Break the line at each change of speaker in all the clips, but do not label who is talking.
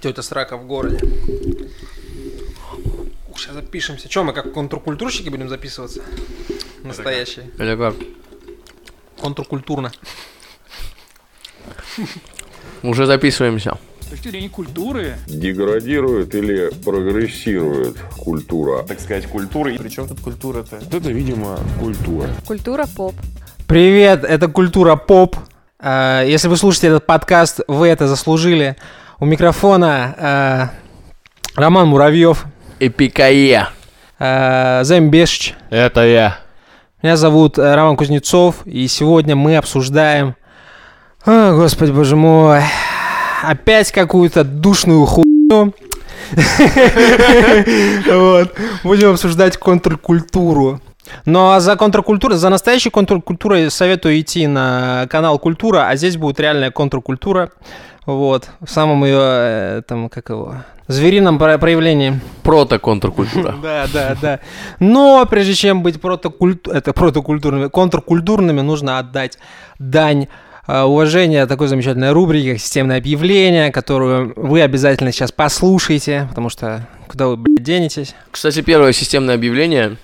Тетя Срака в городе. Сейчас запишемся. Че, мы как контркультурщики будем записываться? Настоящие.
Или как?
Контркультурно.
Уже записываемся.
С точки зрения культуры,
деградирует или прогрессирует культура.
так сказать, культуры.
Причем тут культура-то?
Это, видимо, культура.
Культура поп.
Привет, это Культура Поп. Э, Если вы слушаете этот подкаст, вы это заслужили. У микрофона э, Роман Муравьев,
Эпикае.
э, Займ Бешич.
Это я.
Меня зовут э, Роман Кузнецов, и сегодня мы обсуждаем... О, господи, боже мой. Опять какую-то душную хуйню. Вот. Будем обсуждать контркультуру. Но за контркультуру, за настоящей контркультурой советую идти на канал Культура, а здесь будет реальная контркультура. Вот. В самом ее, э, там, как его, зверином про- проявлении.
Прото-контркультура.
Да, да, да. Но прежде чем быть протокульт- это, протокультурными, контркультурными, нужно отдать дань э, уважения такой замечательной рубрике, как системное объявление, которую вы обязательно сейчас послушаете, потому что куда вы, блядь, денетесь?
Кстати, первое системное объявление,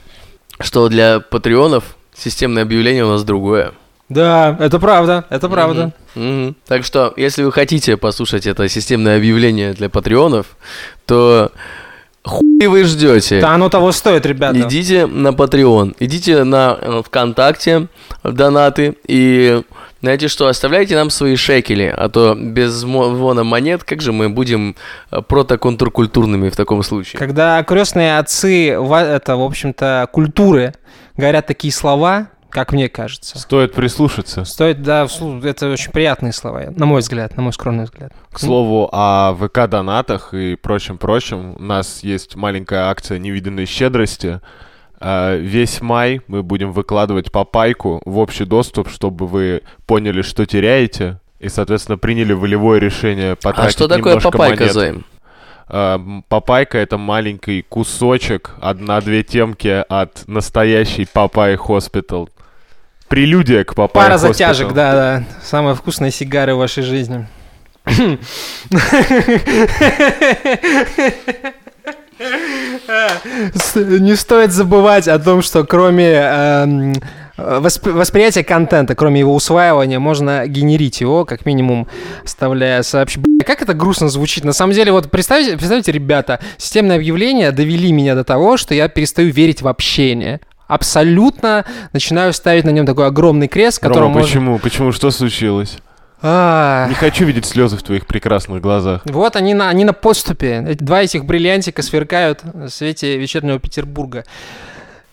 что для патреонов системное объявление у нас другое.
Да, это правда, это правда.
Мгм. Так что, если вы хотите послушать это системное объявление для патреонов, то хуй вы
Э.
ждете.
Да оно того стоит, ребята.
Идите на Patreon, идите на э, ВКонтакте, в донаты и знаете что, оставляйте нам свои шекели, а то без мо- вона монет, как же мы будем э, протоконтркультурными в таком случае? А
Когда крестные отцы, ва- это, в общем-то, культуры, говорят такие слова, как мне кажется,
Стоит прислушаться.
стоит, да, вслу- это очень приятные слова, на мой взгляд, на мой скромный взгляд.
К слову о ВК-донатах и прочем-прочем, у нас есть маленькая акция невиданной щедрости. Э, Весь май мы будем выкладывать по пайку в общий доступ, чтобы вы поняли, что теряете, и, соответственно, приняли волевое решение потратить
А что такое
немножко
папайка,
монет.
Займ?
Э, м, Папайка — это маленький кусочек, одна-две темки от настоящей Папай Хоспитал. Прелюдия к Папай
Пара затяжек, да, да. Самые вкусные сигары в вашей жизни. С- Не стоит забывать о том, что кроме эм, э, восп- восприятия контента, кроме его усваивания, можно генерить его, как минимум, вставляя сообщение. Как это грустно звучит. На самом деле, вот представьте, представьте, ребята, системные объявления довели меня до того, что я перестаю верить в общение. Абсолютно начинаю ставить на нем такой огромный крест, который
Рома, почему? Почему? Что случилось? Не хочу видеть слезы в твоих прекрасных глазах.
Вот они на, они на подступе. Эти Два этих бриллиантика сверкают в свете вечернего Петербурга.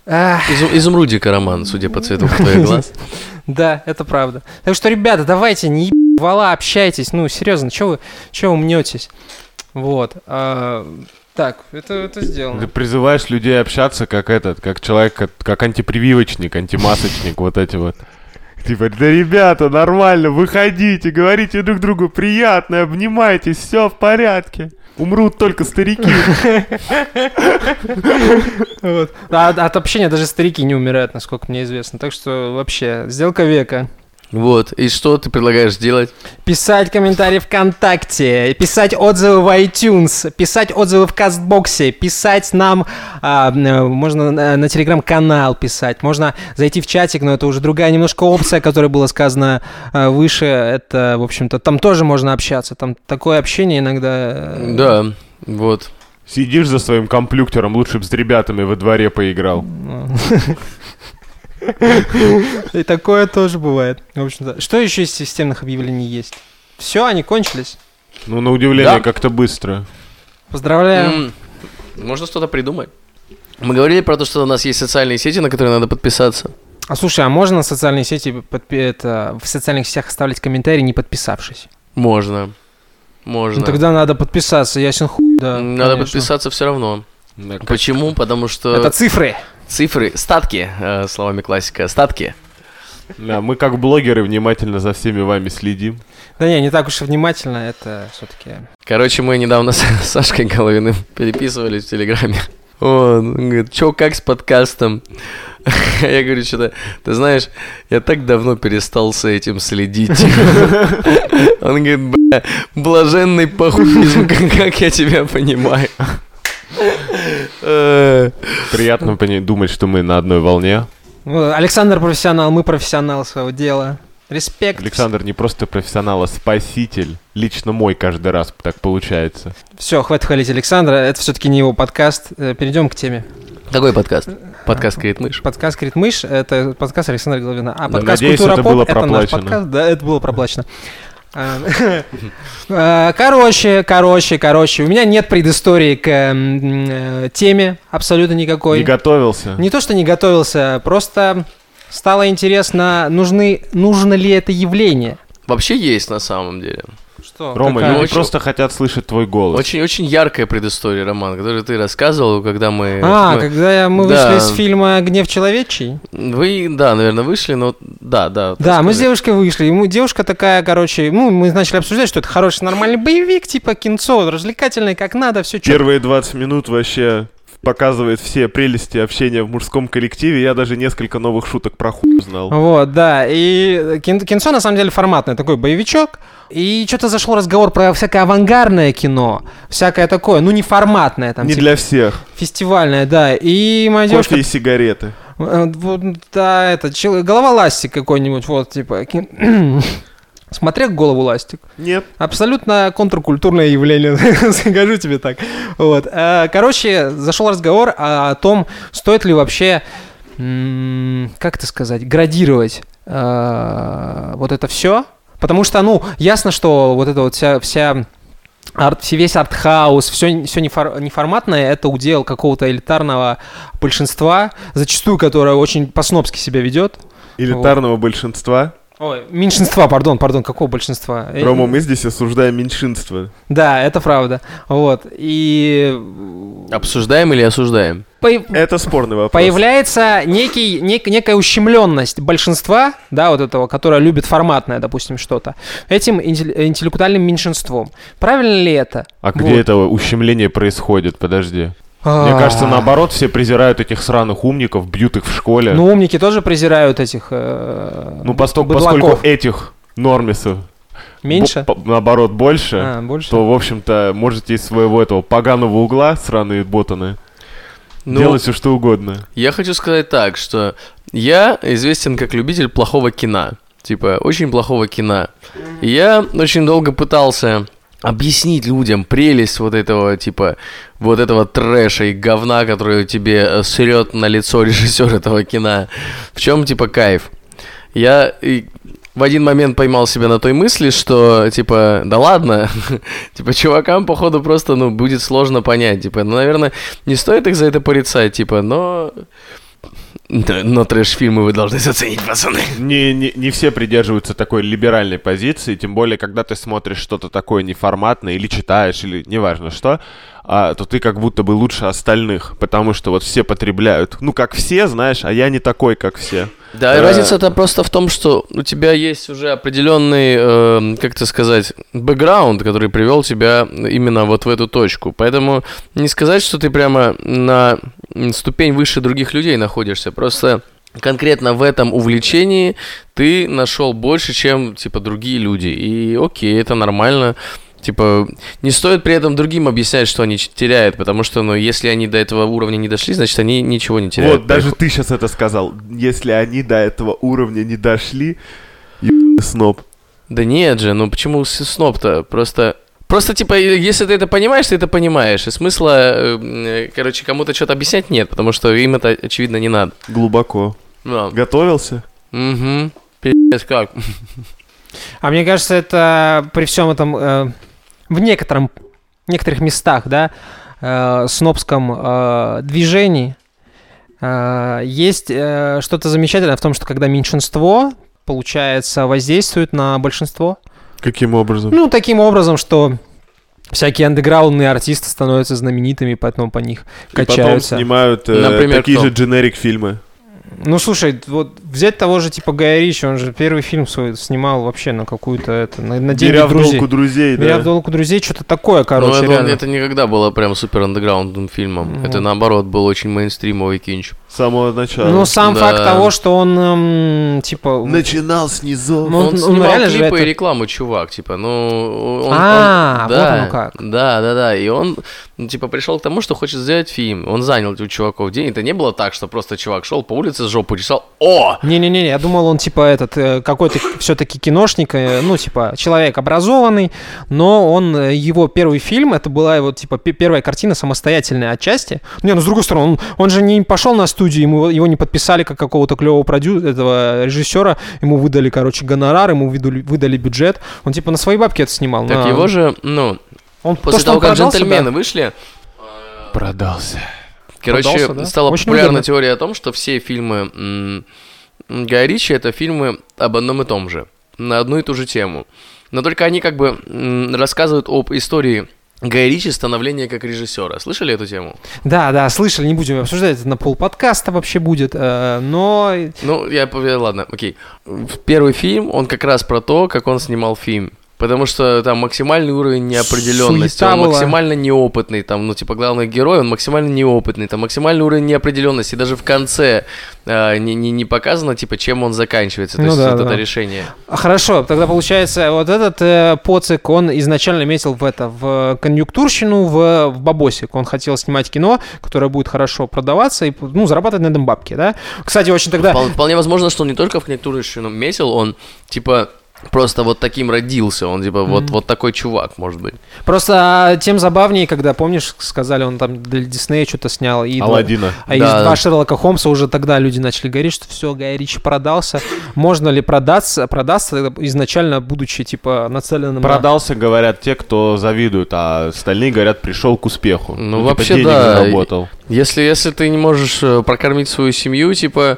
Ах,
Изу- изумрудика, Роман, судя по цвету твоих глаз.
да, это правда. Так что, ребята, давайте, не ебала, общайтесь. Ну, серьезно, чего вы, чё вы мнетесь? Вот. а, так, это, это
Ты
сделано.
призываешь людей общаться как этот, как человек, как, как антипрививочник, антимасочник, вот эти вот. Типа, да ребята, нормально, выходите, говорите друг другу приятно, обнимайтесь, все в порядке. Умрут только старики.
Вот. А от, от общения даже старики не умирают, насколько мне известно. Так что, вообще, сделка века.
Вот, и что ты предлагаешь делать?
Писать комментарии ВКонтакте, писать отзывы в iTunes, писать отзывы в Кастбоксе, писать нам, а, м, можно на, на телеграм-канал писать, можно зайти в чатик, но это уже другая немножко опция, которая была сказана а, выше, это, в общем-то, там тоже можно общаться, там такое общение иногда... э,
Да, вот.
Сидишь за своим комплюктером, лучше бы с ребятами во дворе поиграл.
И такое тоже бывает, в общем-то. Что еще из системных объявлений есть? Все, они кончились.
Ну, на удивление,
Да.
как-то быстро.
Поздравляю.
М, Можно что-то придумать. Мы говорили про то, что у нас есть социальные сети, на которые надо подписаться.
А слушай, а можно в социальные сети подпи- это, в социальных сетях оставлять комментарии, не подписавшись?
Можно.
Ну,
Можно.
тогда надо подписаться, ясен хуй. Да,
Надо
Э, конечно.
подписаться все равно.
Да, как-
Почему? Потому что
Это цифры.
цифры, статки, э, словами классика, статки.
Да, мы как блогеры внимательно за всеми вами следим.
Да не, не так уж и внимательно, это все-таки...
Короче, мы недавно с Сашкой Головиным переписывались в Телеграме. Он говорит, чё, как с подкастом? Я говорю, что-то, ты знаешь, я так давно перестал с этим следить. Он говорит, Блаженный похуизм, как как я тебя понимаю. Э,
Приятно по ней думать, что мы на одной волне.
Ну, Александр профессионал, мы профессионал своего дела. Респект.
Александр не просто профессионал, а спаситель. Лично мой каждый раз так получается.
Все, хватит хвалить Александра, это все-таки не его подкаст. Перейдем к теме.
Какой подкаст? Подкаст «Крит мышь».
Подкаст «Крит Мышь» — это подкаст Александра Головина. А
Да,
подкаст
надеюсь,
«Культура
это
Поп» —
было
это наш
проплачено.
подкаст. Да, это было проплачено. А, а, Короче, короче, короче, у меня нет предыстории к м, э, теме абсолютно
Не
никакой.
готовился.
Не то, что не готовился, просто стало интересно, нужны, нужно ли это явление.
Вообще есть на самом деле.
Что?
Рома,
какая-
люди
Очень-
просто хотят слышать твой голос.
Очень-очень яркая предыстория, Роман, которую ты рассказывал, когда мы...
А,
мы-
когда я- мы
Да.
вышли из фильма «Гнев человечий».
Вы, да, наверное, вышли, но... Да, да.
Да, мы с
расскажи.
девушкой вышли. Ему девушка такая, короче, ну, мы начали обсуждать, что это хороший, нормальный боевик, типа кинцо, развлекательный, как надо, все четко.
Первые 20 минут вообще показывает все прелести общения в мужском коллективе. Я даже несколько новых шуток про хуй узнал.
Вот, да. И кин- кинцо на самом деле форматное, такой боевичок. И что-то зашел разговор про всякое авангардное кино, всякое такое, ну не форматное, там,
Не
типа,
для всех.
фестивальное, да. И моя девушка
Кофе и сигареты.
Э, Вот, да, это, чел- голова ластик какой-нибудь, вот, типа, кин- смотрел голову ластик.
Нет.
Абсолютно контркультурное явление, скажу тебе так. Вот. Э, Короче, зашел разговор о о том, стоит ли вообще, м, как это сказать, градировать э, вот это все. Потому что, ну, ясно, что вот эта вот вся, вся арт, все- весь артхаус, все, все неформатное, это удел какого-то элитарного большинства, зачастую которое очень по-снопски себя ведет.
Элитарного большинства.
Ой, меньшинства, пардон, пардон, какого большинства? Э,
Рома, мы здесь осуждаем меньшинство.
Да, это правда. Вот. И
Обсуждаем или осуждаем?
появ-
Это спорный вопрос.
появляется некий, нек- некая ущемленность большинства, да, вот этого, которое любит форматное, допустим, что-то, этим интел- интеллектуальным меньшинством. Правильно ли это?
А где
Вот.
это ущемление происходит? Подожди. Мне
А,
кажется, наоборот, все презирают этих сраных умников, бьют их в школе.
Ну, умники тоже презирают этих э,
Ну, постол-
быдлаков.
поскольку Э, этих нормисов
меньше.
бо- по- наоборот больше,
А, больше.
то, в общем-то, можете из своего этого поганого угла, сраные ботаны,
Ну,
делать все что угодно.
я хочу сказать так, что я известен как любитель плохого кино. Типа, очень плохого кино. И я очень долго пытался объяснить людям прелесть вот этого, типа, вот этого трэша и говна, которую тебе э, срет на лицо режиссер этого кино. В чем, типа, кайф? Я и в один момент поймал себя на той мысли, что, типа, да ладно, типа, чувакам, походу, просто, ну, будет сложно понять, типа, ну, наверное, не стоит их за это порицать, типа, но... Да, Но трэш-фильмы вы должны заценить, пацаны.
Не, не, не все придерживаются такой либеральной позиции, тем более, когда ты смотришь что-то такое неформатное или читаешь, или неважно что, а, то ты как будто бы лучше остальных, потому что вот все потребляют. Ну, как все, знаешь, а я не такой, как все.
Да, и
Э,
разница-то просто в том, что у тебя есть уже определенный, эм, как это сказать, бэкграунд, который привел тебя именно вот в эту точку. Поэтому не сказать, что ты прямо на м, ступень выше других людей находишься. Просто конкретно в этом увлечении ты нашел больше, чем, типа, другие люди. И окей, это нормально. Типа, не стоит при этом другим объяснять, что они ч- теряют, потому что, ну, если они до этого уровня не дошли, значит, они ничего не теряют.
Вот, даже ты сейчас это сказал. Если они до этого уровня не дошли, ебаный сноб.
Да нет же, ну почему с- сноб-то? Просто... Просто, типа, и- если ты это понимаешь, ты это понимаешь. И смысла, э, м, э, короче, кому-то что-то объяснять нет, потому что им это, очевидно, не надо. Ну
Глубоко.
Да.
Готовился?
Угу. Пиздец, как.
А мне кажется, это при всем этом э, в некотором, некоторых местах, да, э, снобском э, движении э, есть э, что-то замечательное в том, что когда меньшинство, получается, воздействует на большинство.
Каким образом?
Ну, таким образом, что всякие андеграундные артисты становятся знаменитыми, поэтому по них
И потом
качаются.
снимают э,
Например,
такие
кто?
же дженерик фильмы.
Ну, слушай, вот взять того же типа Гая Ричи, он же первый фильм свой снимал вообще на какую-то это, на, на деньги
Беря в
друзей.
долг у друзей,
Ну, Я в
да.
долг у друзей что-то
Ну,
такое, короче,
Но это,
реально.
это никогда было прям супер андеграундным фильмом.
Ну.
Это, наоборот, был очень мейнстримовый кинч.
С самого начала.
Ну, сам
Да. Ну,
факт того, что он, эм, типа...
Начинал снизу.
Ну,
Он,
он
снимал
реально же
клипы
это-
и рекламу, чувак, типа, ну... Он, он-
А, вот
да,
оно как.
Да, да, да, и он, ну, типа, пришел к тому, что хочет сделать фильм. Он занял у чуваков деньги. Это не было так, что просто чувак шел по улице с жопу решал, о,
Не-не-не, я думал, он, типа, этот, э, какой-то все-таки киношник, э, ну, типа, человек образованный, но он, э, его первый фильм, это была его, типа, пе- первая картина самостоятельная отчасти. Не, ну, с другой стороны, он, он же не пошел на студию, ему, его не подписали как какого-то клевого продюсера, этого режиссера, ему выдали, короче, гонорар, ему выдали, выдали бюджет, он, типа, на свои бабки это снимал.
Так
на-
его же, ну,
Он,
после
что
того,
он
как
продался, да.
джентльмены вышли,
Продался.
короче,
Продался, да.
стала
Очень
популярна
выгодно.
теория о том, что все фильмы м, Гая Ричи это фильмы об одном и том же, на одну и ту же тему. Но только они как бы м, рассказывают об истории Гая Ричи становления как режиссера. Слышали эту тему?
Да, да, слышали, не будем обсуждать, это на полподкаста вообще будет, э, но
Ну, я поверил, ладно, окей. В Первый фильм, он как раз про то, как он снимал фильм. Потому что там максимальный уровень неопределенности,
Суета
он
была.
максимально неопытный, там, ну, типа, главный герой, он максимально неопытный, там, максимальный уровень неопределенности, даже в конце э, не, не, не показано, типа, чем он заканчивается, то
Ну
есть
да,
вот
да.
это решение.
А, Хорошо, тогда получается, вот этот э, поцик, он изначально метил в это, в конъюнктурщину, в, в бабосик. Он хотел снимать кино, которое будет хорошо продаваться и, ну, зарабатывать на этом бабки, да? Кстати, очень тогда...
Впол- вполне возможно, что он не только в конъюнктурщину метил, он, типа, просто вот таким родился, он, типа, вот, вот такой чувак, может быть.
Просто а, тем забавнее, когда, помнишь, сказали, он там для Диснея что-то снял. И
Аладдина.
А из
Да.
два Шерлока Холмса уже тогда люди начали говорить, что все, Гай Ричи продался. Можно ли продаться, продаться изначально, будучи, типа, нацеленным на-
Продался, говорят, те, кто завидуют, а остальные говорят, пришел к успеху.
Ну,
типа,
вообще,
денег
да.
заработал.
Если, если ты не можешь э, прокормить свою семью, типа,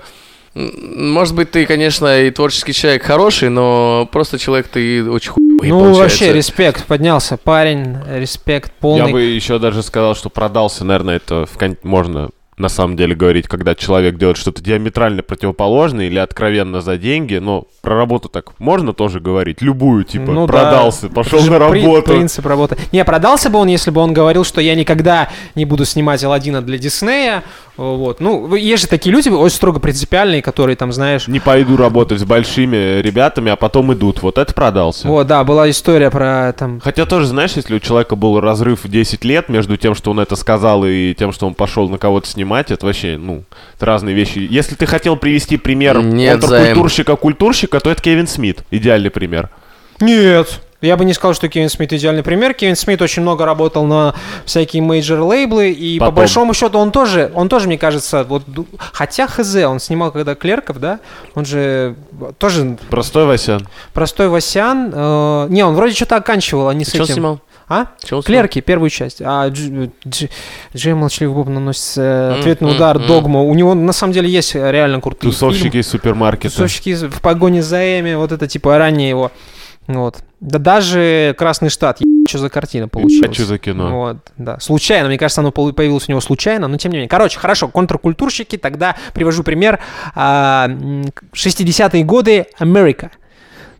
м, может быть, ты, конечно, и творческий человек хороший, но просто человек ты очень хуй.
Ну, вообще, респект, поднялся парень, респект полный.
Я бы еще даже сказал, что продался, наверное, это в кон- можно на самом деле говорить, когда человек делает что-то диаметрально противоположное или откровенно за деньги, но про работу так можно тоже говорить, любую, типа,
Ну да.
продался, пошел
Это же
на
при-
работу.
принцип работы. Не, продался бы он, если бы он говорил, что я никогда не буду снимать Алладина для Диснея. Вот. Ну, вы- есть же такие люди, очень строго принципиальные, которые там, знаешь...
Не пойду работать с большими ребятами, а потом идут. Вот это продался.
Вот, да, была история про там...
Хотя тоже, знаешь, если у человека был разрыв в 10 лет между тем, что он это сказал, и тем, что он пошел на кого-то снимать, это вообще, ну, это разные вещи. Если ты хотел привести пример
Нет,
контркультурщика-культурщика, то это Кевин Смит. Идеальный пример.
Нет! Я бы не сказал, что Кевин Смит идеальный пример. Кевин Смит очень много работал на всякие мейджор лейблы, и по
Потом.
большому счету он тоже, он тоже, мне кажется, вот ду- хотя ХЗ, он снимал когда клерков, да, он же тоже
Простой Васян.
простой Васян. э, не, он вроде что-то оканчивал, а не с
Что
этим.
снимал?
А?
Чё он снимал?
Клерки, первую часть. А Дж- Дж- Джей Молчаливый Боб наносит э,
М,
ответный
м,
удар
м.
Догма. У него на самом деле есть э, реально крутые
Тусовщики
фильмы.
из супермаркета.
Тусовщики из- в погоне за Эми, вот это типа ранее его. Вот. Да даже Красный Штат, что за картина получилась.
Хочу за кино.
Вот, да. Случайно, мне кажется, оно пол- появилось у него случайно, но тем не менее. Короче, хорошо, контркультурщики, тогда привожу пример. А, м, 60-е годы, Америка.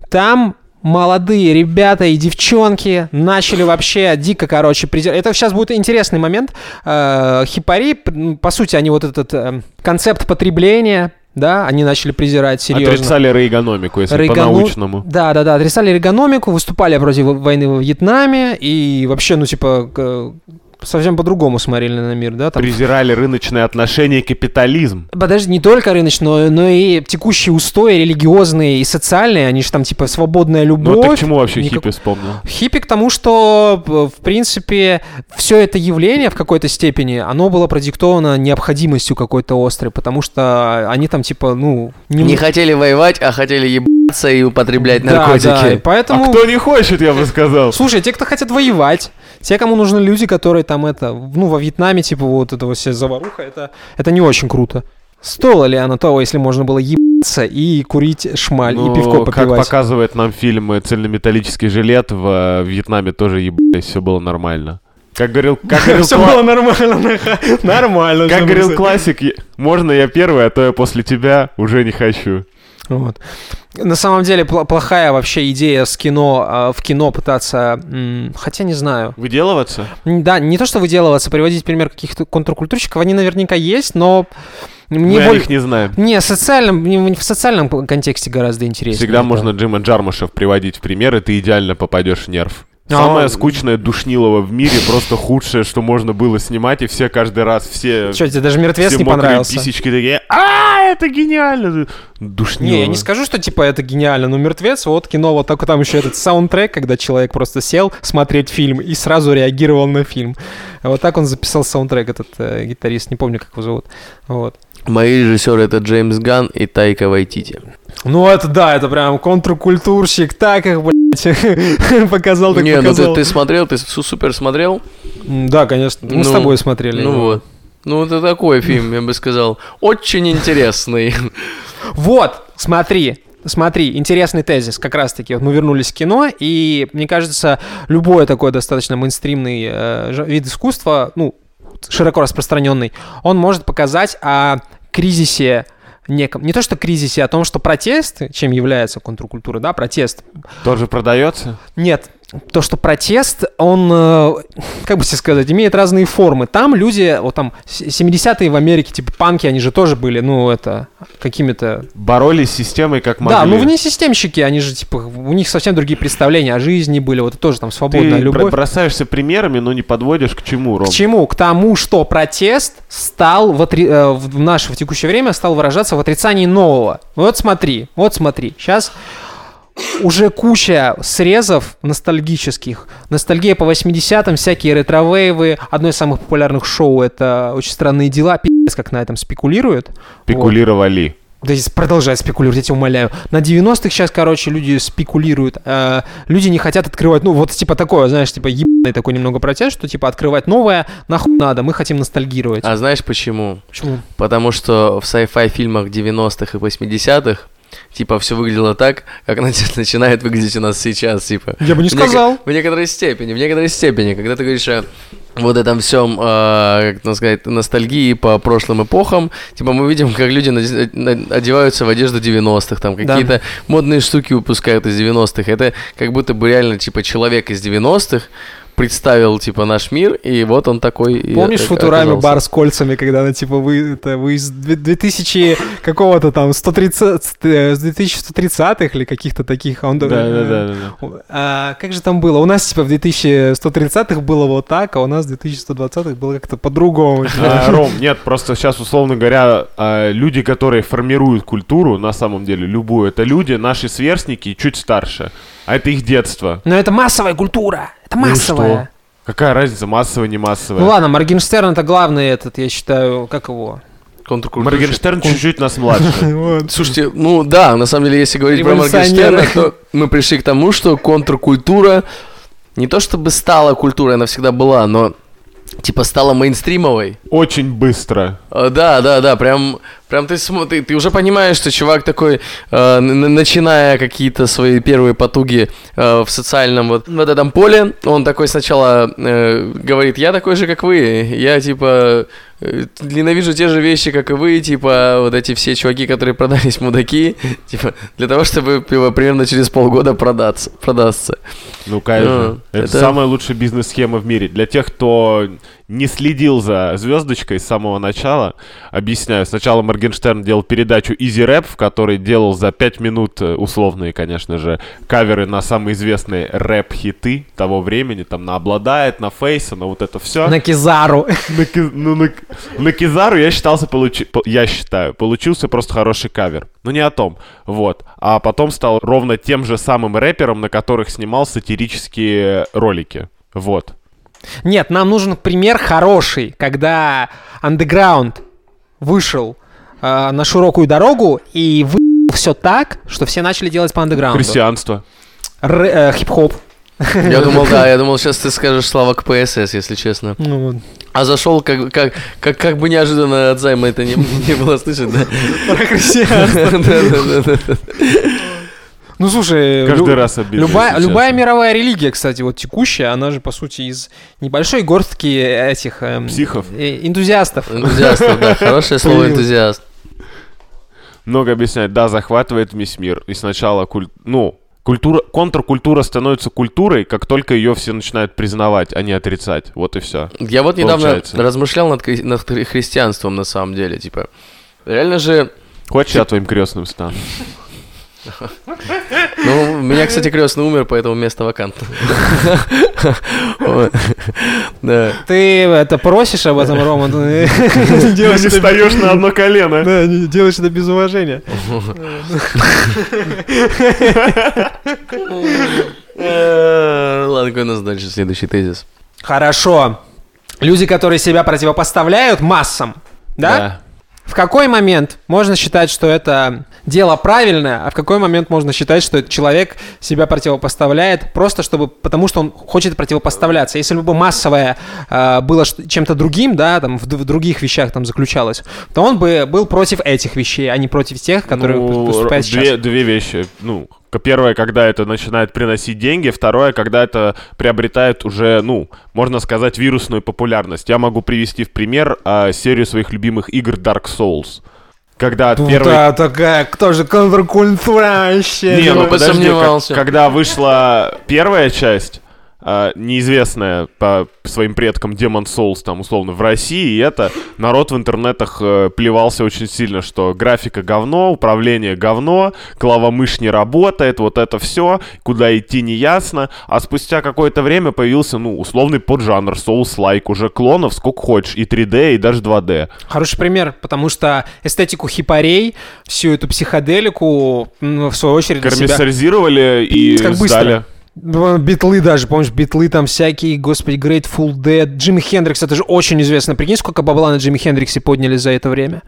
Там молодые ребята и девчонки начали вообще дико, короче, придер- Это сейчас будет интересный момент. Э, Хипари, п- м, по сути, они вот этот эм, концепт потребления, да, они начали презирать серьезно.
Отрицали рейгономику, если
Рейгану-
по-научному.
Да, да, да, отрицали эргономику, выступали против войны во Вьетнаме и вообще, ну, типа, к- совсем по-другому смотрели на мир, да, там.
Презирали рыночные отношения и капитализм.
Подожди, не только рыночную, но и текущие устои религиозные и социальные, они же там, типа, свободная любовь.
Ну, вот ты к чему вообще
никак-
хиппи вспомнил?
Хиппи к тому, что, э, в принципе, все это явление в какой-то степени, оно было продиктовано необходимостью какой-то острой, потому что они там, типа, ну...
Не хотели воевать, а хотели ебаться и употреблять
Да, да, и
наркотики.
поэтому...
А кто не хочет, я бы сказал.
Слушай, те, кто хотят воевать, те, кому нужны люди, которые там это, ну, во Вьетнаме, типа, вот этого все заваруха, это, это не очень круто. Стоило ли оно того, если можно было ебаться и курить шмаль,
Ну,
и пивко
как
попивать?
показывает нам фильм э, «Цельнометаллический жилет», в э, Вьетнаме тоже ебались, все было нормально. Как говорил, как говорил,
Все
кла-
было нормально. Нормально.
как говорил классик, е- можно я первый, а то я после тебя уже не хочу.
Вот. На самом деле пла- плохая вообще идея с кино, а, в кино пытаться, м, хотя не знаю.
Выделываться?
М, Да, не то что выделываться, приводить пример каких-то контркультурщиков, они наверняка есть, но Мне
Мы о
боль-
них не знаем.
Не, социальном, мне в социальном контексте гораздо интереснее.
Всегда
это.
можно Джима Джармуша приводить в пример, и ты идеально попадешь в нерв.
А,
Самое
он-
скучное Душнилова в мире, просто худшее, что можно было снимать, и все каждый раз, все,
Чё, тебе даже мертвец
все
не
мокрые
понравился?
писечки такие, а это гениально! Душнилова.
Не, я не скажу, что типа это гениально, но мертвец, вот кино, вот только там еще этот саундтрек, когда человек просто сел смотреть фильм и сразу реагировал на фильм. Вот так он записал саундтрек, этот э, гитарист, не помню, как его зовут. Вот.
Мои режиссеры это Джеймс Ган и Тайка Вайтити.
Ну это да, это прям контркультурщик, так их, блядь, показал, так
Не, ну ты,
показал.
ты смотрел, ты су- супер смотрел.
М, Да, конечно, мы с
Ну,
тобой смотрели.
ну
его.
вот. Ну, это такой фильм, я бы сказал. Очень интересный.
Вот, смотри, смотри, интересный тезис как раз-таки. Вот мы вернулись к кино, и, мне кажется, любой такой достаточно мейнстримный э, ж- вид искусства, ну, широко распространенный, он может показать о кризисе неком. Не то, что кризисе, а о том, что протест, чем является контркультура, да, протест,
Тоже продается?
нет, то, что протест, он, э, как бы тебе сказать, имеет разные формы. Там люди, вот там, с- 70-е в Америке, типа панки, они же тоже были, ну, это, какими-то
Боролись с системой как могли.
да, ну вне системщики, они же, типа, у них совсем другие представления о жизни были. Вот это тоже там
Ты
свободная
бро-
любовь.
бросаешься примерами, но не подводишь к чему, Ром.
К чему? К тому, что протест стал в, отри- э, в- в наше в текущее время стал выражаться в отрицании нового. Вот смотри, вот смотри. Сейчас уже куча срезов ностальгических. Ностальгия по 80-м, всякие ретровейвы. Одно из самых популярных шоу это «Очень странные дела». Пи***ц, как на этом спекулируют. Вот.
Спекулировали.
Да и продолжают спекулировать, я тебя умоляю. На 90-х сейчас, короче, люди спекулируют. э, люди не хотят открывать, ну, вот типа такое, знаешь, типа ебаный такой немного протест, что типа открывать новое нахуй надо, мы хотим ностальгировать.
А знаешь почему?
Почему?
Потому что в sci-fi фильмах 90-х и 80-х типа все выглядело так, как оно начинает выглядеть у нас сейчас, типа.
Я бы не
В неко-
сказал.
В некоторой степени, в некоторой степени, когда ты говоришь о вот этом всем, как это сказать, ностальгии по прошлым эпохам, типа мы видим, как люди наде- на- одеваются в одежду 90-х, там
Да.
какие-то модные штуки выпускают из 90-х. Это как будто бы реально, типа, человек из 90-х представил, типа, наш мир, и вот он такой... и
Помнишь
о-
Футурами
оказался.
бар с кольцами, когда она типа вы, это, вы из две- 2000 какого-то там 130, э, с 2130-х или каких-то таких, а он
Да,
там-
да, да, да, да.
А, как же там было? У нас типа в 2130-х было вот так, а у нас в 2120-х было как-то по-другому.
А, Ром, нет, просто сейчас, условно говоря, а, люди, которые формируют культуру, на самом деле, любую, это люди, наши сверстники, и чуть старше. А это их детство.
Но это массовая культура. Это
Ну и
массовая.
что? Какая разница, массовая, не массовая?
Ну, ладно, Моргенштерн это главный этот, я считаю, как его?
Контркультура.
Моргенштерн чуть-чуть нас младше.
Слушайте, ну да, на самом деле, если говорить про
Революционеры.
Моргенштерна, то мы пришли к тому, что контркультура не то чтобы стала культурой, она всегда была, но типа стала мейнстримовой.
Очень быстро.
Э, Да, да, да, прям, прям ты, смо- ты, ты уже понимаешь, что чувак такой, э, н- н- начиная какие-то свои первые потуги э, в социальном вот, вот этом поле, он такой сначала э, говорит, я такой же, как вы, я типа э, ненавижу те же вещи, как и вы, типа вот эти все чуваки, которые продались мудаки, типа для того, чтобы типа, примерно через полгода продаться, продастся.
Ну, конечно.
Да,
это,
это-
самая лучшая бизнес-схема в мире. Для тех, кто не следил за звездочкой с самого начала, объясняю. Сначала Моргенштерн делал передачу Easy Rap, в которой делал за 5 минут, э, условные, конечно же, каверы на самые известные рэп-хиты того времени. Там на «Обладает», на «Фейса», на вот это все.
На Кизару.
На, Ки- ну, на, К- на Кизару я считался получи- по- я считаю, получился просто хороший кавер. Ну не о том, вот. А потом стал ровно тем же самым рэпером, на которых снимал сатирические ролики. Вот.
Нет, нам нужен пример хороший, когда андеграунд вышел э, на широкую дорогу и вы все так, что все начали делать по андеграунду.
Христианство.
Р- э, хип-хоп.
Я думал, да, я думал, сейчас ты скажешь слова к ПСС, если честно.
Ну, вот.
А зашел, как, как, как, как бы неожиданно от займа это не, не было слышно, да?
Про христианство.
Да-да-да-да.
Ну, слушай,
Каждый
лю-
раз обидно.
Любая,
если
любая
честно.
мировая религия, кстати, вот текущая, она же, по сути, из небольшой горстки этих эм,
Психов.
э, энтузиастов.
Энтузиаст, да, хорошее слово энтузиаст.
Много объясняет. Да, захватывает весь мир. И сначала куль... Ну, культура... контркультура становится культурой, как только ее все начинают признавать, а не отрицать. Вот и все.
Я вот недавно
Получается.
размышлял над, кри- над хри- христианством, на самом деле, типа. Реально же...
Хочешь, я твоим крестным стану?
Ну, у меня, кстати, крестный умер, поэтому место вакантно. Вот. Да.
Ты это просишь об этом, Рома, Ну, но не делаешь это-
на одно колено.
Да, не делаешь это без уважения.
Э, Ладно, какой у нас дальше следующий тезис?
Хорошо. Люди, которые себя противопоставляют массам, да? В какой момент можно считать, что это дело правильное, а в какой момент можно считать, что этот человек себя противопоставляет просто чтобы, потому что он хочет противопоставляться. Если бы массовое э, было что- чем-то другим, да, там в, д- в других вещах там заключалось, то он бы был против этих вещей, а не против тех, которые
Ну,
поступают сейчас.
две, две вещи. Ну, к- первое, когда это начинает приносить деньги, второе, когда это приобретает уже, ну, можно сказать, вирусную популярность. Я могу привести в пример а, серию своих любимых игр Dark Souls. Когда
Ну
от первой...
такая, кто же контркультура вообще?
Не,
Я
ну
бы
подожди,
сомневался.
как- когда вышла первая часть, а, неизвестная по своим предкам Demon Souls, там, условно, в России, и это народ в интернетах э, плевался очень сильно, что графика говно, управление говно, клавомышь не работает, вот это все, куда идти не ясно, а спустя какое-то время появился, ну, условный поджанр Souls-like, уже клонов сколько хочешь, и 3D, и даже 2D.
Хороший пример, потому что эстетику хипарей, всю эту психоделику, м, в свою очередь, для себя...
Кармисаризировали и
Как быстро.
сдали.
Ну, Битлы даже, помнишь, битлы там всякие, господи, Grateful Dead, Джимми Хендрикс, это же очень известно. Прикинь, сколько бабла на Джимми Хендриксе подняли за это время?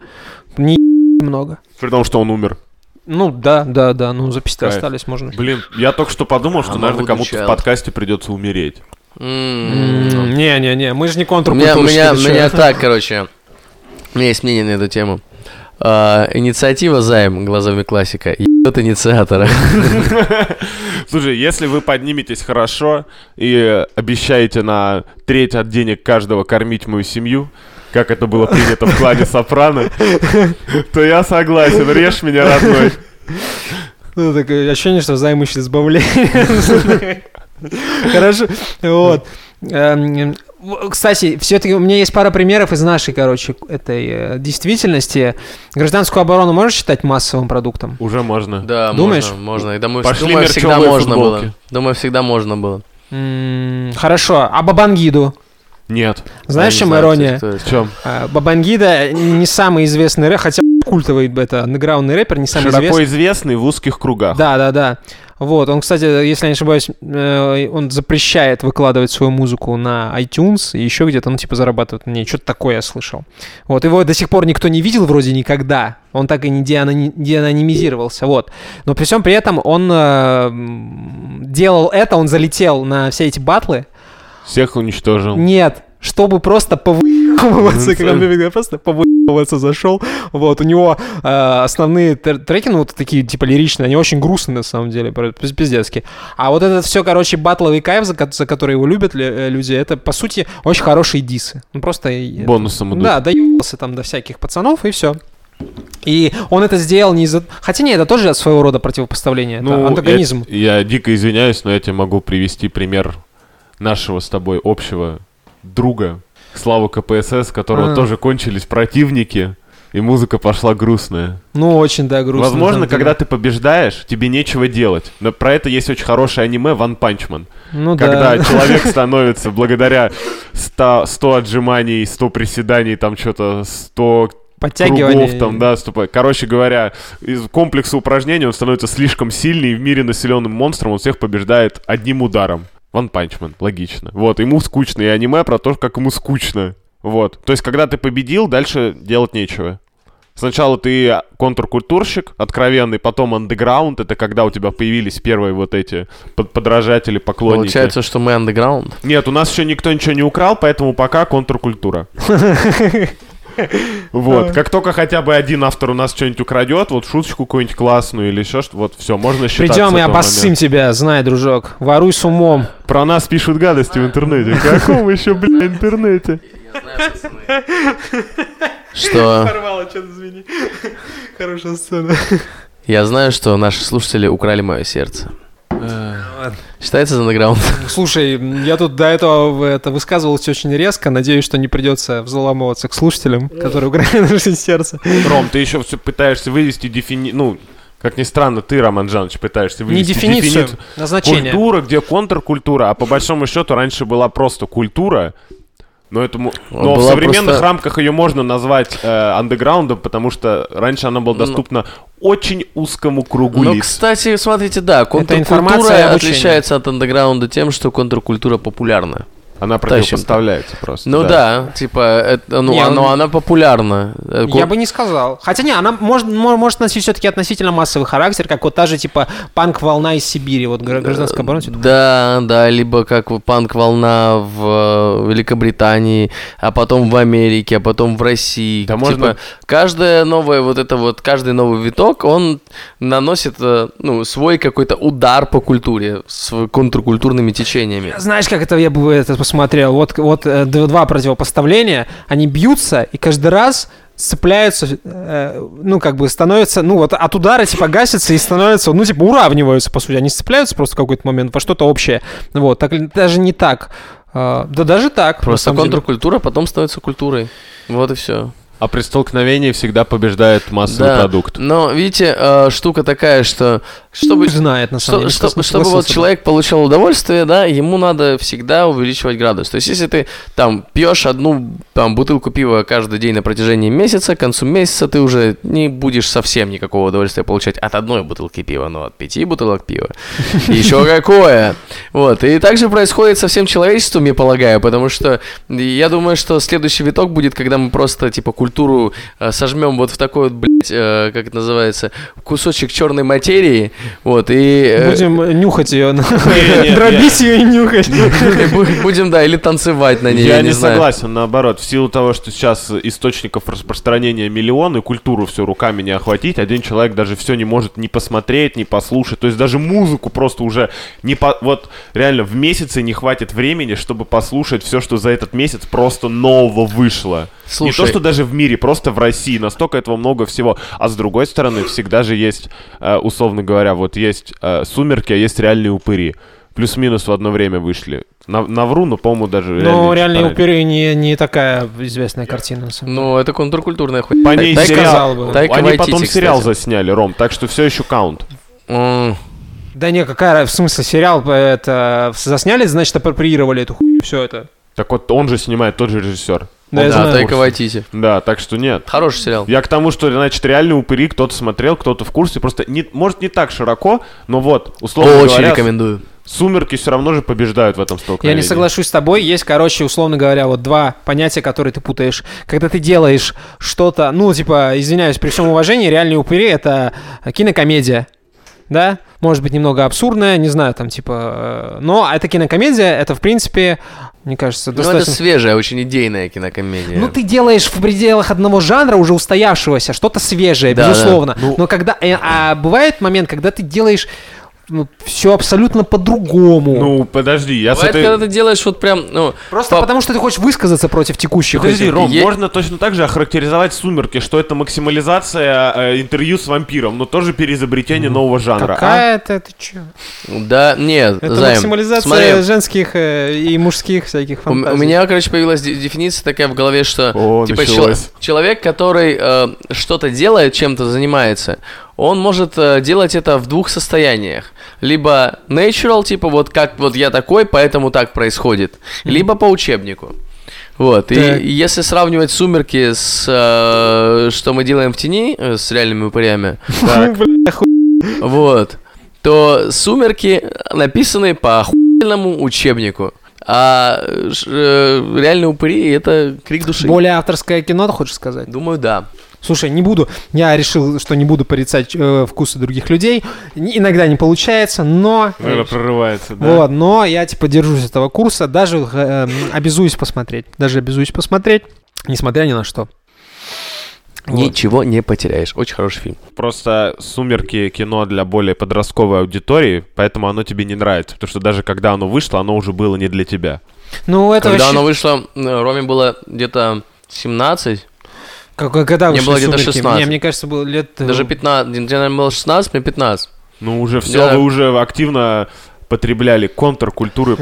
Не много.
При том, что он умер.
Ну, да, да, да, ну, записи
Кайф.
остались, можно.
Блин, я только что подумал, что,
А
наверное,
могу
кому-то
начало.
в подкасте придется умереть. ну.
М.
Не-не-не, мы же не
У меня, у
контркультурщики.
меня, у
ты чё?
меня так, короче. У меня есть мнение на эту тему. А, инициатива займ глазами классика. Ебет инициатора.
Слушай, если вы подниметесь хорошо и обещаете на треть от денег каждого кормить мою семью, как это было принято в клане Сопрано, то я согласен, режь меня, родной.
Ну, такое ощущение, что займы сейчас избавление. Хорошо. Вот. Эм, в- Кстати, все-таки у меня есть пара примеров из нашей, короче, этой э, действительности. Гражданскую оборону можешь считать массовым продуктом?
Уже можно.
Да,
Думаешь?
можно, можно. И Думаю,
Пошли
думаю, всегда
мерчевые
можно
футболки.
было. Думаю, всегда можно было.
М, Хорошо. А Бабангиду?
Нет.
Знаешь,
Я не
чем
знаю, кстати,
ирония?
кто это.
В чем?
А, Бабангида не самый известный рэп, хотя культовый это андеграундный рэпер, не самый известный.
Широко известный в узких кругах.
Да, да, да. Вот, он, кстати, если я не ошибаюсь, э, он запрещает выкладывать свою музыку на iTunes и еще где-то, ну, типа, зарабатывает на ней. Что-то такое я слышал. Вот, его до сих пор никто не видел вроде никогда. Он так и не деано- деанонимизировался, вот. Но при всем при этом он э, м, делал это, он залетел на все эти батлы.
Всех уничтожил.
Нет, чтобы просто
Ну,
повыебываться, когда он бегает, просто повыебываться зашел. Вот, у него э, основные тр- треки, ну, вот такие, типа, лиричные, они очень грустные, на самом деле, про- пиз- пиздецки. А вот этот все, короче, батловый кайф, за, ко- за который его любят ли- э, люди, это, по сути, очень хорошие дисы. Ну, просто... э,
Бонусом идут.
да, доебался там до всяких пацанов, и все. И он это сделал не из-за... Хотя нет, это тоже своего рода противопоставление. это антагонизм.
Ну, это- я дико извиняюсь, но я тебе могу привести пример нашего с тобой общего друга Славу КПСС, которого
А.
тоже кончились противники, и музыка пошла грустная.
Ну, очень, да, грустно. на
Возможно,
самом деле.
когда ты побеждаешь, тебе нечего делать. Но про это есть очень хорошее аниме One Punch Man.
Ну,
когда
да.
человек становится благодаря 100, 100 отжиманий, 100 приседаний, там что-то 100
Подтягивание.
кругов там, да, ступай. Короче говоря, из комплекса упражнений он становится слишком сильный, и в мире населенным монстром он всех побеждает одним ударом. Ван Панчмен, логично. Вот, ему скучно, и аниме про то, как ему скучно. Вот. То есть, когда ты победил, дальше делать нечего. Сначала ты контркультурщик, откровенный, потом андеграунд, это когда у тебя появились первые вот эти под- подражатели, поклонники.
Получается, что мы андеграунд.
Нет, у нас еще никто ничего не украл, поэтому пока контркультура. Вот, как только хотя бы один автор у нас что-нибудь украдет, вот шуточку какую-нибудь классную или еще что, вот все, можно считать.
Придем и обоссым тебя, знай, дружок. Воруй с умом.
Про нас пишут гадости в интернете. Каком еще, бля, интернете?
Что
Порвало что-то, извини. Хорошая сцена.
я знаю, что наши слушатели украли мое сердце.
Э.
Ладно.
Считается за андеграунд?
Слушай, я тут до этого это высказывался очень резко. Надеюсь, что не придется взламываться к слушателям, которые украли наше сердце.
Ром, ты еще все пытаешься вывести дефини... Ну, как ни странно, ты, Роман Жанович, пытаешься
Не
вывести
дефиницию,
дефиницию.
назначение.
Культура, где контркультура, а по большому счету раньше была просто культура, но, это, му- но в
Была
современных
просто-
рамках ее можно назвать э, андеграундом, потому что раньше она была доступна очень узкому кругу
Ну,
лиц.
кстати, смотрите, да,
информация
контркультура
об учении.
отличается от андеграунда тем, что контркультура популярна.
Она противопоставляется просто.
Ну да, типа, это, ну,
Не,
оно-
ну,
она популярна. Э,
Я
кон-
бы не сказал. Хотя не, она может, мо- может носить все-таки относительно массовый характер, как вот та же типа панк-волна из Сибири, вот гра- гражданская оборона. всё такое.
Да, да, либо как в- панк-волна в э, Великобритании, а потом в Америке, а потом в России.
Да
Типа,
можно-
каждая новая вот это вот, каждый новый виток, он наносит, э, ну, свой какой-то удар по культуре с контркультурными течениями.
Знаешь, как это я бы это посмотрел? Вот, вот э, д- два противопоставления, они бьются и каждый раз цепляются, э, ну, как бы становятся, ну, вот от удара, типа, гасятся и становятся, ну, типа, уравниваются, по сути. Они сцепляются просто в какой-то момент во что-то общее. Вот, так, или даже не так. Э, да даже так. на
Просто
самом деле.
контркультура потом становится культурой. Вот и все.
А при столкновении всегда побеждает массовый
Да.
продукт.
Но видите, э, штука такая, что чтобы
Хуй знает, на самом
что-
деле.
что-
Классно
чтобы вот
согласился.
человек получал удовольствие, да, ему надо всегда увеличивать градус. То есть, если ты там пьешь одну там бутылку пива каждый день на протяжении месяца, к концу месяца ты уже не будешь совсем никакого удовольствия получать от одной бутылки пива, но от пяти бутылок пива. Еще какое! Вот. И также происходит со всем человечеством, я полагаю, потому что я думаю, что следующий виток будет, когда мы просто, типа, культуру э, сожмем вот в такой вот, блядь, э, как это называется, кусочек черной материи, вот, и... э,
Будем нюхать ее,
не, не.
дробить ее и нюхать.
и бу- Будем, да, или танцевать на ней,
я,
я
не,
знаю.
согласен, наоборот, в силу того, что сейчас источников распространения миллион, и культуру все руками не охватить, один человек даже все не может ни посмотреть, ни послушать, то есть даже музыку просто уже не по... Вот реально в месяце не хватит времени, чтобы послушать все, что за этот месяц просто нового вышло. Не
Слушай.
то, что даже в мире, просто в России настолько этого много всего. А с другой стороны, всегда же есть, э, условно говоря, вот есть э, сумерки, а есть реальные упыри. Плюс-минус в одно время вышли. На, навру, но, по-моему, даже
Ну,
реальные
реальные
упыри.
упыри не, не такая известная картина. на самом деле.
Ну, это контркультурная хуйня.
По ней
Тай-
сериал.
сказал бы.
Тайка
Они
Вайтити,
потом
кстати.
сериал засняли, Ром, так что все еще каунт.
М,
Да не, какая, в смысле, сериал э, это засняли, значит, апроприировали эту хуйню, все это.
Так вот, он же снимает тот же режиссер.
Да, я
Да,
знаю.
Тайка Вайтити.
Да, так что нет.
Хороший сериал.
Я к тому, что, значит, реально упыри, кто-то смотрел, кто-то в курсе. Просто, не, может, не так широко, но вот, условно
Очень
говоря,
рекомендую. Ну,
сумерки все равно же побеждают в этом
Я
столкновении.
не соглашусь с тобой. Есть, короче, условно говоря, вот два понятия, которые ты путаешь. Когда ты делаешь что-то, ну, типа, извиняюсь, при всем уважении, реальные упыри — это кинокомедия. Да, может быть, немного абсурдная, не знаю, там, типа... э, Но эта кинокомедия, это, в принципе, мне кажется,
Ну, это
достаточно...
свежая, очень идейная кинокомедия.
Ну, ты делаешь в пределах одного жанра уже устоявшегося, что-то свежее,
Да, Ну. да.
безусловно. Но когда. э, а бывает момент, когда ты делаешь все абсолютно по-другому.
Ну, подожди, я с
Бывает,
этой...
когда ты делаешь вот прям, ну...
Просто
по-
потому что ты хочешь высказаться против текущих.
Подожди,
этих.
Ром,
Е-
можно точно так же охарактеризовать «Сумерки», что это максимализация э, интервью с вампиром, но тоже переизобретение нового жанра.
Ну, Какая это, это чё?
Да, нет,
Это
а? Займ,
максимализация
смотри,
женских э, и мужских всяких
У,
фантазий.
у меня, короче, появилась де- дефиниция такая в голове, что
О,
типа
началось.
чело- человек, который э, что-то делает, чем-то занимается, он может э, делать это в двух состояниях. Либо natural, типа вот как вот я такой, поэтому так происходит, либо по учебнику. Вот, и,
Так.
и если сравнивать «Сумерки» с э, «Что мы делаем в тени», э, с реальными упырями,
А?
вот, то «Сумерки» написаны по охуительному учебнику. А э, ш- э, реальные упыри — это крик души.
Более авторское кино, ты хочешь сказать?
Думаю, да.
Слушай, не буду. Я решил, что не буду порицать э, вкусы других людей. Н- иногда не получается, но...
Наверное, прорывается, да?
Вот, но я типа держусь этого курса, даже э, м, обязуюсь посмотреть. Даже обязуюсь посмотреть, несмотря ни на что.
Ничего не потеряешь. Очень хороший фильм.
Просто «Сумерки» кино для более подростковой аудитории, поэтому оно тебе не нравится, потому что даже когда оно вышло, оно уже было не для тебя.
Ну, это
Когда
вообще...
оно вышло, э, Роме было где-то 17,
Как- Когда
Мне
вышли
было где-то
«Сумерки»?
16.
Не, мне кажется, было лет... э,
даже 15, мне, наверное, было 16, мне 15.
Ну, уже все,
Да.
вы уже активно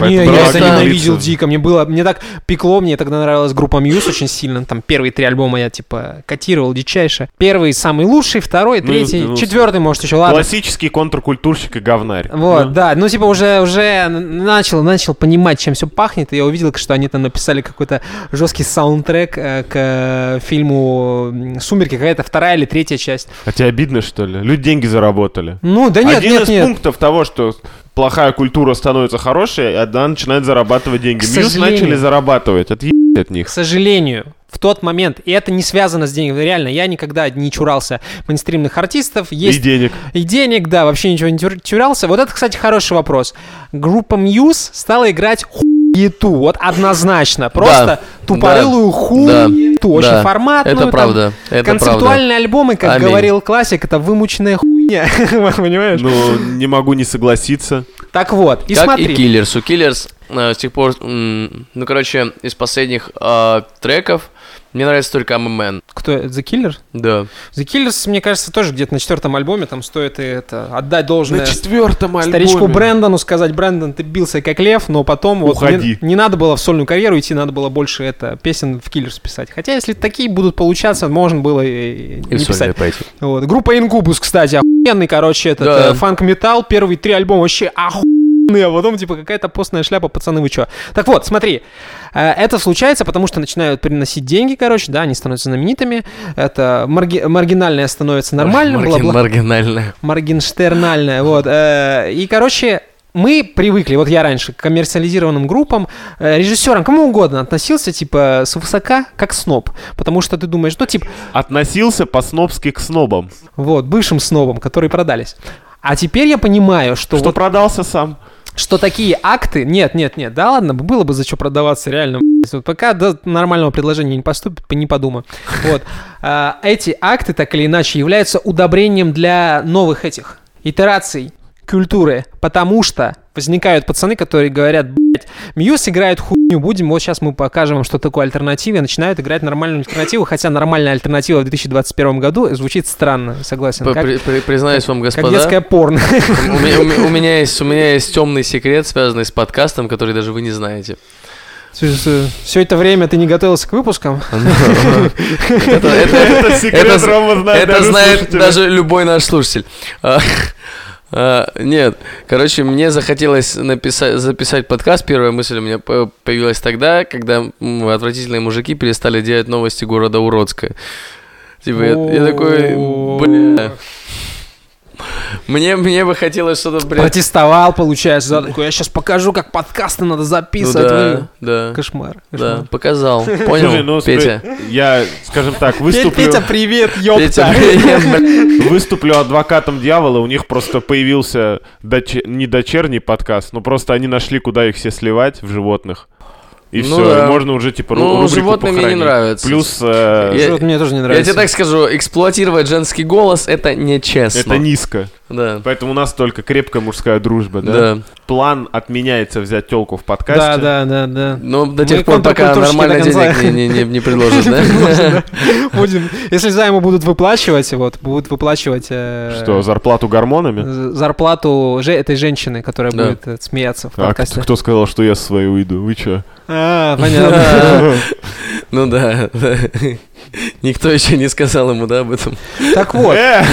Не,
поэтому
я
могли
это ненавидел
влиться.
дико. Мне было, мне так пекло, мне тогда нравилась группа Мьюз очень сильно. Там первые три альбома я типа котировал дичайше. Первый самый лучший, второй,
Ну,
третий,
ну,
четвертый, может, еще ладно.
Классический контркультурщик и говнарь.
Вот, да. Ну, типа, уже, уже начал, начал понимать, чем все пахнет. И я увидел, что они там написали какой-то жесткий саундтрек э, к э, фильму м, «Сумерки», какая-то вторая или третья часть.
А тебе обидно, что ли? Люди деньги заработали.
Ну, да нет,
Один
нет,
из
нет.
пунктов того, что плохая культура становится хорошей, и она начинает зарабатывать деньги.
К
Мьюз
сожалению.
начали зарабатывать, отъебать от
К
них.
сожалению, в тот момент, и это не связано с деньгами, реально, я никогда не чурался мейнстримных артистов, есть
И денег.
И денег, да, вообще ничего не тюр- тюрялся. Вот это, кстати, хороший вопрос. Группа Мьюз стала играть хуету, вот однозначно. Просто
Да,
тупорылую хуету,
да,
очень
да.
форматную.
Это
А, ну, там.
правда, это
Концептуальные
правда.
альбомы, как
Аминь.
говорил классик, это вымученная хуйня, понимаешь?
Ну, не могу не согласиться.
Так вот, и
как
смотри.
и Киллерс. У Киллерс э, с тех пор, м, ну, короче, из последних э, треков мне нравится только ММН.
Кто, это, The Killer?
Да.
The Killers, мне кажется, тоже где-то на четвертом альбоме, там стоит и это, отдать должное.
четвертом
Старичку Брэндону сказать, Брэндон, ты бился как лев, но потом вот
Уходи.
не, не надо было в сольную карьеру идти, надо было больше это песен в киллерс писать. Хотя, если такие будут получаться, можно было и, и
И
не
в сольной
писать.
пойти.
Вот. Группа Incubus, кстати, охуенный, короче, этот
Да.
э, фанк-метал, первые три альбома вообще охуенные, а потом, типа, какая-то постная шляпа, пацаны, вы чё? Так вот, смотри, э, это случается, потому что начинают приносить деньги, короче, да, они становятся знаменитыми, это марги- маргинальное становится нормальным,
Маргин-
бла-бла.
Маргинально.
Моргенштернальная, вот. э, И, короче, мы привыкли, вот я раньше к коммерциализированным группам, э, режиссерам, кому угодно относился, типа, с высока, как сноб. Потому что ты думаешь, ну, типа,
Относился по-снобски к снобам.
вот, бывшим снобам, которые продались. А теперь я понимаю, что,
Что
вот-
продался сам.
что такие акты... Нет, нет, нет, да ладно, было бы за что продаваться, реально. блядь. Вот пока до нормального предложения не поступит, не подумаю. Вот. А, Эти акты, так или иначе, являются удобрением для новых этих итераций культуры, потому что возникают пацаны, которые говорят, блядь, Мьюз играет хуйню, будем, вот сейчас мы покажем вам, что такое альтернатива, и начинают играть нормальную альтернативу, хотя нормальная альтернатива в 2021 году звучит странно, согласен.
П-
как-
при- при- Признаюсь вам,
как
господа,
детское порно.
У меня, у меня- у меня есть, у меня есть темный секрет, связанный с подкастом, который даже вы не знаете.
Все это время ты не готовился к выпускам?
Это, это-
Это секрет
это з-
Рома знает
это
даже
знает
слушатели.
даже любой наш слушатель. А, а, Нет, короче, мне захотелось написать, записать подкаст. Первая мысль у меня по- появилась тогда, когда м, отвратительные мужики перестали делать новости города Уродска. Типа, я, я такой, бля. Мне, мне бы хотелось что-то, блядь.
Протестовал, получается, да, такой, я сейчас покажу, как подкасты надо
Ну
записывать.
да, да,
Кошмар.
да,
кошмар.
показал.
Слушай, ну,
Понял,
спри-
Петя?
Я, скажем так,
Петя,
выступлю,
Петя, привет,
Петя,
ёпта.
блин, блин.
выступлю адвокатом дьявола. У них просто появился доч- не дочерний подкаст, но просто они нашли, куда их все сливать в животных. И
Ну
все,
да.
можно уже типа ру-
Ну,
рубрику
животные мне не
похоронить.
нравятся.
Плюс э,
Я-
Что-то Мне тоже не
Я
нравится.
тебе так скажу, эксплуатировать женский голос это нечестно.
это низко.
Да.
Поэтому у нас только крепкая мужская дружба, да?
Да.
План отменяется взять телку в подкасте.
Да, да, да, да.
Ну, до
Мы
тех пор, пока
контркультурщики
нормально
до конца.
денег не, не- не- не предложишь, да?
Будем, если займы будут выплачивать, вот, будут выплачивать э,
Что, зарплату гормонами?
з- зарплату же этой женщины, которая
Да.
будет э, смеяться в
А
подкасте.
кто, кто сказал, что я с своей уйду? Вы чё?
А, понятно.
Ну да. да. Никто еще не сказал ему, да, об этом.
Так вот,
Э!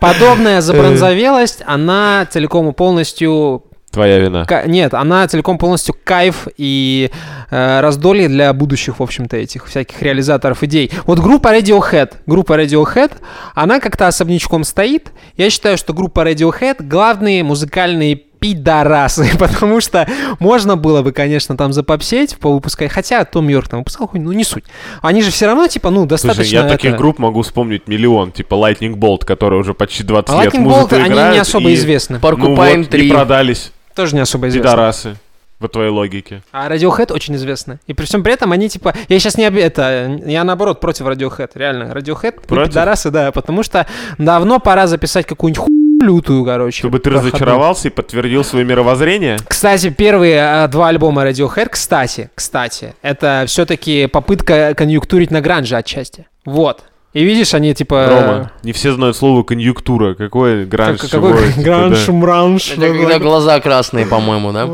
подобная забронзовелость, она целиком и полностью
Твоя вина.
Ка- нет, она целиком полностью кайф и э, раздолье для будущих, в общем-то, этих всяких реализаторов идей. Вот группа Radiohead, группа Radiohead, она как-то особнячком стоит. Я считаю, что группа Radiohead главные музыкальные пидорасы, потому что можно было бы, конечно, там запопсеть, повыпускать, хотя Том Йорк там выпускал хуйню, ну не суть. Они же все равно, типа, ну, достаточно...
Слушай, я таких
это-
групп могу вспомнить миллион, типа Lightning Bolt, которые уже почти 20
А
лет
Lightning
музыку
Bolt, они
играют.
не особо
и...
известны.
Парку
ну
Пайн
вот, и
3.
продались
Тоже не особо известны.
пидорасы, по твоей логике.
А Radiohead очень известны. И при всем при этом они типа... Я сейчас не... об- Это... Я наоборот против Radiohead. Реально. Radiohead вы
Против?
пидорасы, да. Потому что давно пора записать какую-нибудь хуйню лютую, короче.
Чтобы ты
проходную.
разочаровался и подтвердил свое мировоззрение.
Кстати, первые э, два альбома Radiohead, кстати, кстати, это все-таки попытка конъюнктурить на гранже отчасти. Вот. И видишь, они типа...
Рома, не все знают слово конъюнктура. Какой гранж
как- какой
сегодня,
гранж,
да.
мранж.
Это когда глаза красные, по-моему, да?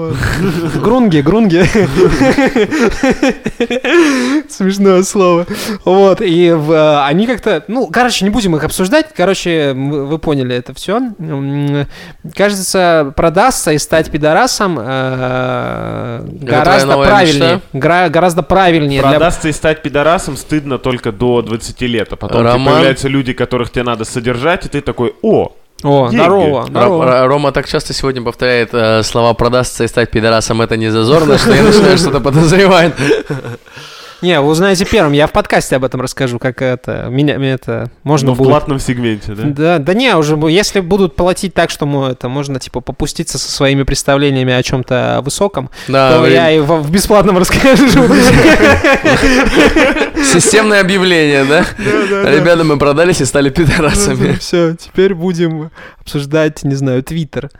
Грунги, грунги. Смешное слово. Вот, и в, э, они как-то... Ну, короче, не будем их обсуждать. Короче, м, вы поняли это все. Кажется, продастся и стать пидорасом э, гораздо
новая
правильнее.
мечта?
Гра- Гораздо правильнее для
Продастся и стать пидорасом стыдно только до 20 лет, а потом тебе
Роман?
появляются люди, которых тебе надо содержать, и ты такой, о,
О,
Деньги.
здорово,
Ро-
здорово.
Ро- Ро- Рома так часто сегодня повторяет э, слова «продастся» и «стать пидорасом» — это не зазорно, что я начинаю что-то подозревать.
Не, вы узнаете первым. Я в подкасте об этом расскажу, как это... Меня, меня это можно
ну в
будет...
платном сегменте, да?
Да, да не, уже бу- если будут платить так, что мы это можно типа попуститься со своими представлениями о чем-то высоком,
Да,
то
блин.
я и в, в бесплатном расскажу.
Системное объявление, да?
Ну,
Ребята, мы продались и стали пидорасами.
Все, теперь будем обсуждать, не знаю, Твиттер.